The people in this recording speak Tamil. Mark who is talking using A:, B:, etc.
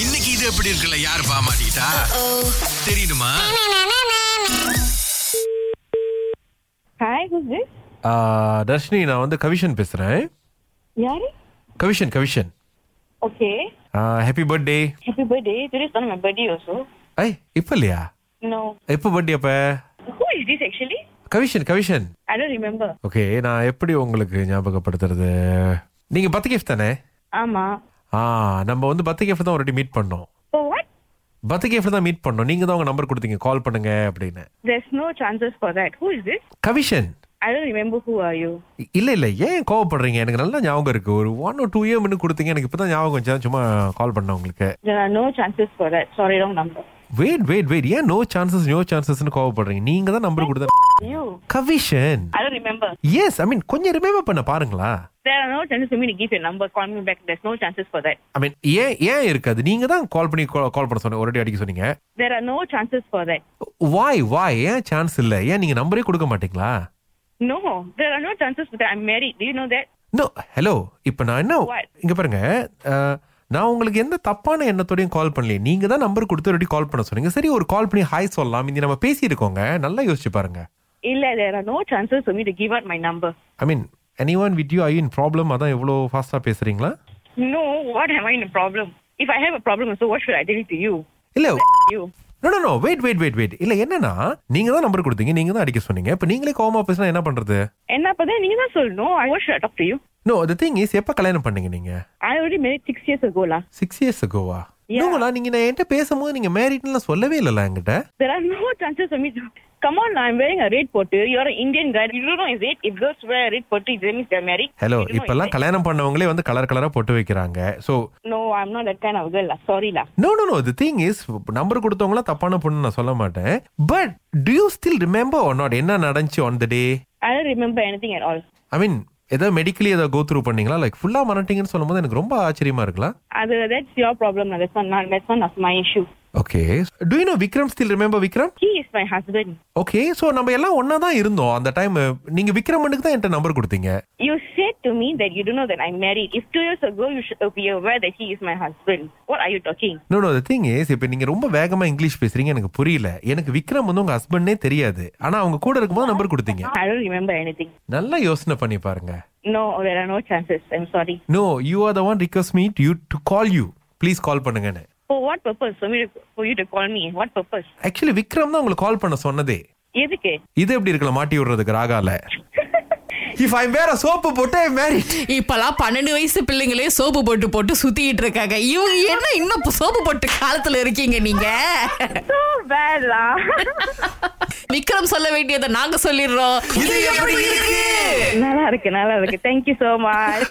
A: இன்னைக்கு இது எப்படி இருக்குல்ல யார் பாமாட்டா தெரியுமா
B: ஹாய் குஜி
C: தர்ஷினி நான் வந்து கவிஷன் பேசுறேன்
B: யாரு
C: Kavishan Kavishan
B: okay
C: happy birthday
B: happy birthday today is not my birthday also
C: I இப்ப இல்லையா
B: நோ
C: எப்போ பர்த்டே அப்ப
B: who is this actually
C: Kavishan Kavishan
B: I don't remember
C: okay நான் எப்படி உங்களுக்கு ஞாபகப்படுத்துறது நீங்க பத்து கிஃப்ட் தானே
B: ஆமா
C: ஆ நம்ம வந்து பத்து கிஃப்ட் தான் ஒரு மீட் பண்ணோம்
B: ஸோ வாட்
C: பத்து கிஃப்ட் தான் மீட் பண்ணோம் நீங்க தான் உங்க நம்பர் கொடுத்தீங்க கால் பண்ணுங்க அப்படின்னு
B: there's no chances for that who is this
C: Kavishan
B: I don't remember who are you
C: இ- இல்ல இல்ல ஏன் கோவப்படுறீங்க எனக்கு நல்லா ஞாபகம் இருக்கு ஒரு ஒன் ஒரு டூ இயர் முன்னு கொடுத்தீங்க எனக்கு இப்பதான் ஞாபகம் வந்துச்சு சும்மா கால் பண்ணேன் உங்களுக்கு
B: there are no chances for that sorry wrong number
C: wait wait wait ஏன் நோ சான்சஸ் நோ சான்சஸ்னு கோவப்படுறீங்க நீங்க தான் நம்பர் கொடுத்த
B: you
C: Kavishan
B: I don't remember
C: yes I mean கொஞ்சம் ரிமெம்பர் பண்ண பாருங்களா
B: there are no chances for me to give you number call me back there's no chances for that
C: I mean ஏன் ஏன் இருக்காது நீங்க தான் கால் பண்ணி கால் பண்ண சொன்னீங்க ஒரேடி அடிக்க சொன்னீங்க
B: there are no chances for that
C: why why ஏன் சான்ஸ் இல்ல ஏன் நீங்க நம்பரே கொடுக்க மாட்டீங்களா
B: no there are no chances for that I married to you no that
C: no hello இப்போ நான் என்ன
B: What?
C: இங்க பாருங்க அஹ், நான் உங்களுக்கு எந்த தப்பான எண்ணத்தோடையும் கால் பண்ணலையே நீங்க தான் நம்பர் கொடுத்து ஒருவாட்டி கால் பண்ண சொன்னீங்க சரி ஒரு கால் பண்ணி ஹாய் சொல்லலாம் இங்க நம்ம பேசியிருக்கோங்க நல்லா யோசிச்சு பாருங்க
B: இல்ல there are no chances for me to give out my number
C: I mean anyone with you I in problem அதான் எவ்வளோ ஃபாஸ்ட்டாக பேசுறீங்களா
B: No, what am I in a problem? If I have a problem, so what should I tell it to you?
C: இல்ல
B: You.
C: No no no wait wait wait wait இல்ல என்னன்னா நீங்க தான் நம்பர் கொடுத்தீங்க நீங்க தான் அடிக்க சொன்னீங்க இப்போ நீங்களே கோமா பேசினா என்ன பண்றது
B: And after that, you so no, I what should I talk to you?
C: No the thing is எப்போ கல்யாணம் பண்ணீங்க நீங்க
B: I already married six years ago, lah.
C: Six years ago
B: Yeah.
C: நோங்களா நீங்க நான் என்கிட்ட பேசும்போது நீங்க மேரிட்லாம் சொல்லவே இல்லைல்ல என்கிட்ட
B: There are no chances for me to come on. lah, I'm wearing a red potty. You're an Indian guy. You don't know is it? If girls wear a red potty, that means they're married.
C: Hello
B: You don't know, is
C: இப்பெல்லாம்
B: it?
C: கல்யாணம் பண்ணவங்களே வந்து கலர் கலரா போட்டு வைக்கிறாங்க so
B: No, I'm not that kind of girl, lah. Sorry, lah.
C: No no no the thing is number கொடுத்தவங்களா தப்பான பொண்ணு நான் சொல்ல மாட்டேன் but do you still remember or not என்ன நடந்துச்சு on the day
B: I don't remember anything at all.
C: I mean ஏதோ மெடிக்கலி ஏதோ கோ த்ரூ பண்ணீங்களா லைக் ஃபுல்லா மிரட்டிங்கன்னு சொல்லும்போது எனக்கு ரொம்ப ஆச்சரியமா இருக்கலாம்
B: Other, that's your problem, lah. That's not, not that's not of my issue.
C: Okay do you know Vikram still remember Vikram
B: He is my husband.
C: Okay so நம்ம எல்லாம் ஒண்ணா தான் இருந்தோம் அந்த டைம் நீங்க விக்ரமனுக்கு தான் என்கிட்ட நம்பர் கொடுத்தீங்க
B: You said to me that you don't know that I'm married. If two years ago you should be aware that he is my husband. What are you talking?
C: No no the thing is இப்போ நீங்க ரொம்ப வேகமா இங்கிலீஷ் பேசுறீங்க எனக்கு புரியல எனக்கு விக்ரம் வந்து உங்க ஹஸ்பண்டே தெரியாது ஆனா அவங்க கூட இருக்கும்போது நம்பர் கொடுத்தீங்க
B: I don't remember anything.
C: நல்லா யோசனை பண்ணி பாருங்க
B: No, there are no chances. I'm sorry.
C: No you are the one request me you to call you please call பண்ணுங்கன்னு
B: For what purpose? For me, to, for you to call me? What purpose?
C: Actually Vikram தான் உங்களுக்கு கால் பண்ண சொன்னதே
B: எதுக்கு
C: இது எப்படி இருக்கல மாட்டி விடுறதுக்கு ராகால இஃப் ஐ வேற சோப்பு போட்டு ஐ மேரி
D: இப்பெல்லாம் பன்னெண்டு வயசு பிள்ளைங்களே சோப்பு போட்டு போட்டு சுத்திட்டு இருக்காங்க இவங்க என்ன இன்னும் சோப்பு போட்டு காலத்துல இருக்கீங்க நீங்க
B: So bad lah.
D: விக்ரம் சொல்ல வேண்டியதை நாங்க சொல்லிடுறோம்
C: இது எப்படி இருக்கு
B: நல்லா இருக்கு நல்லா இருக்கு. Thank you so much.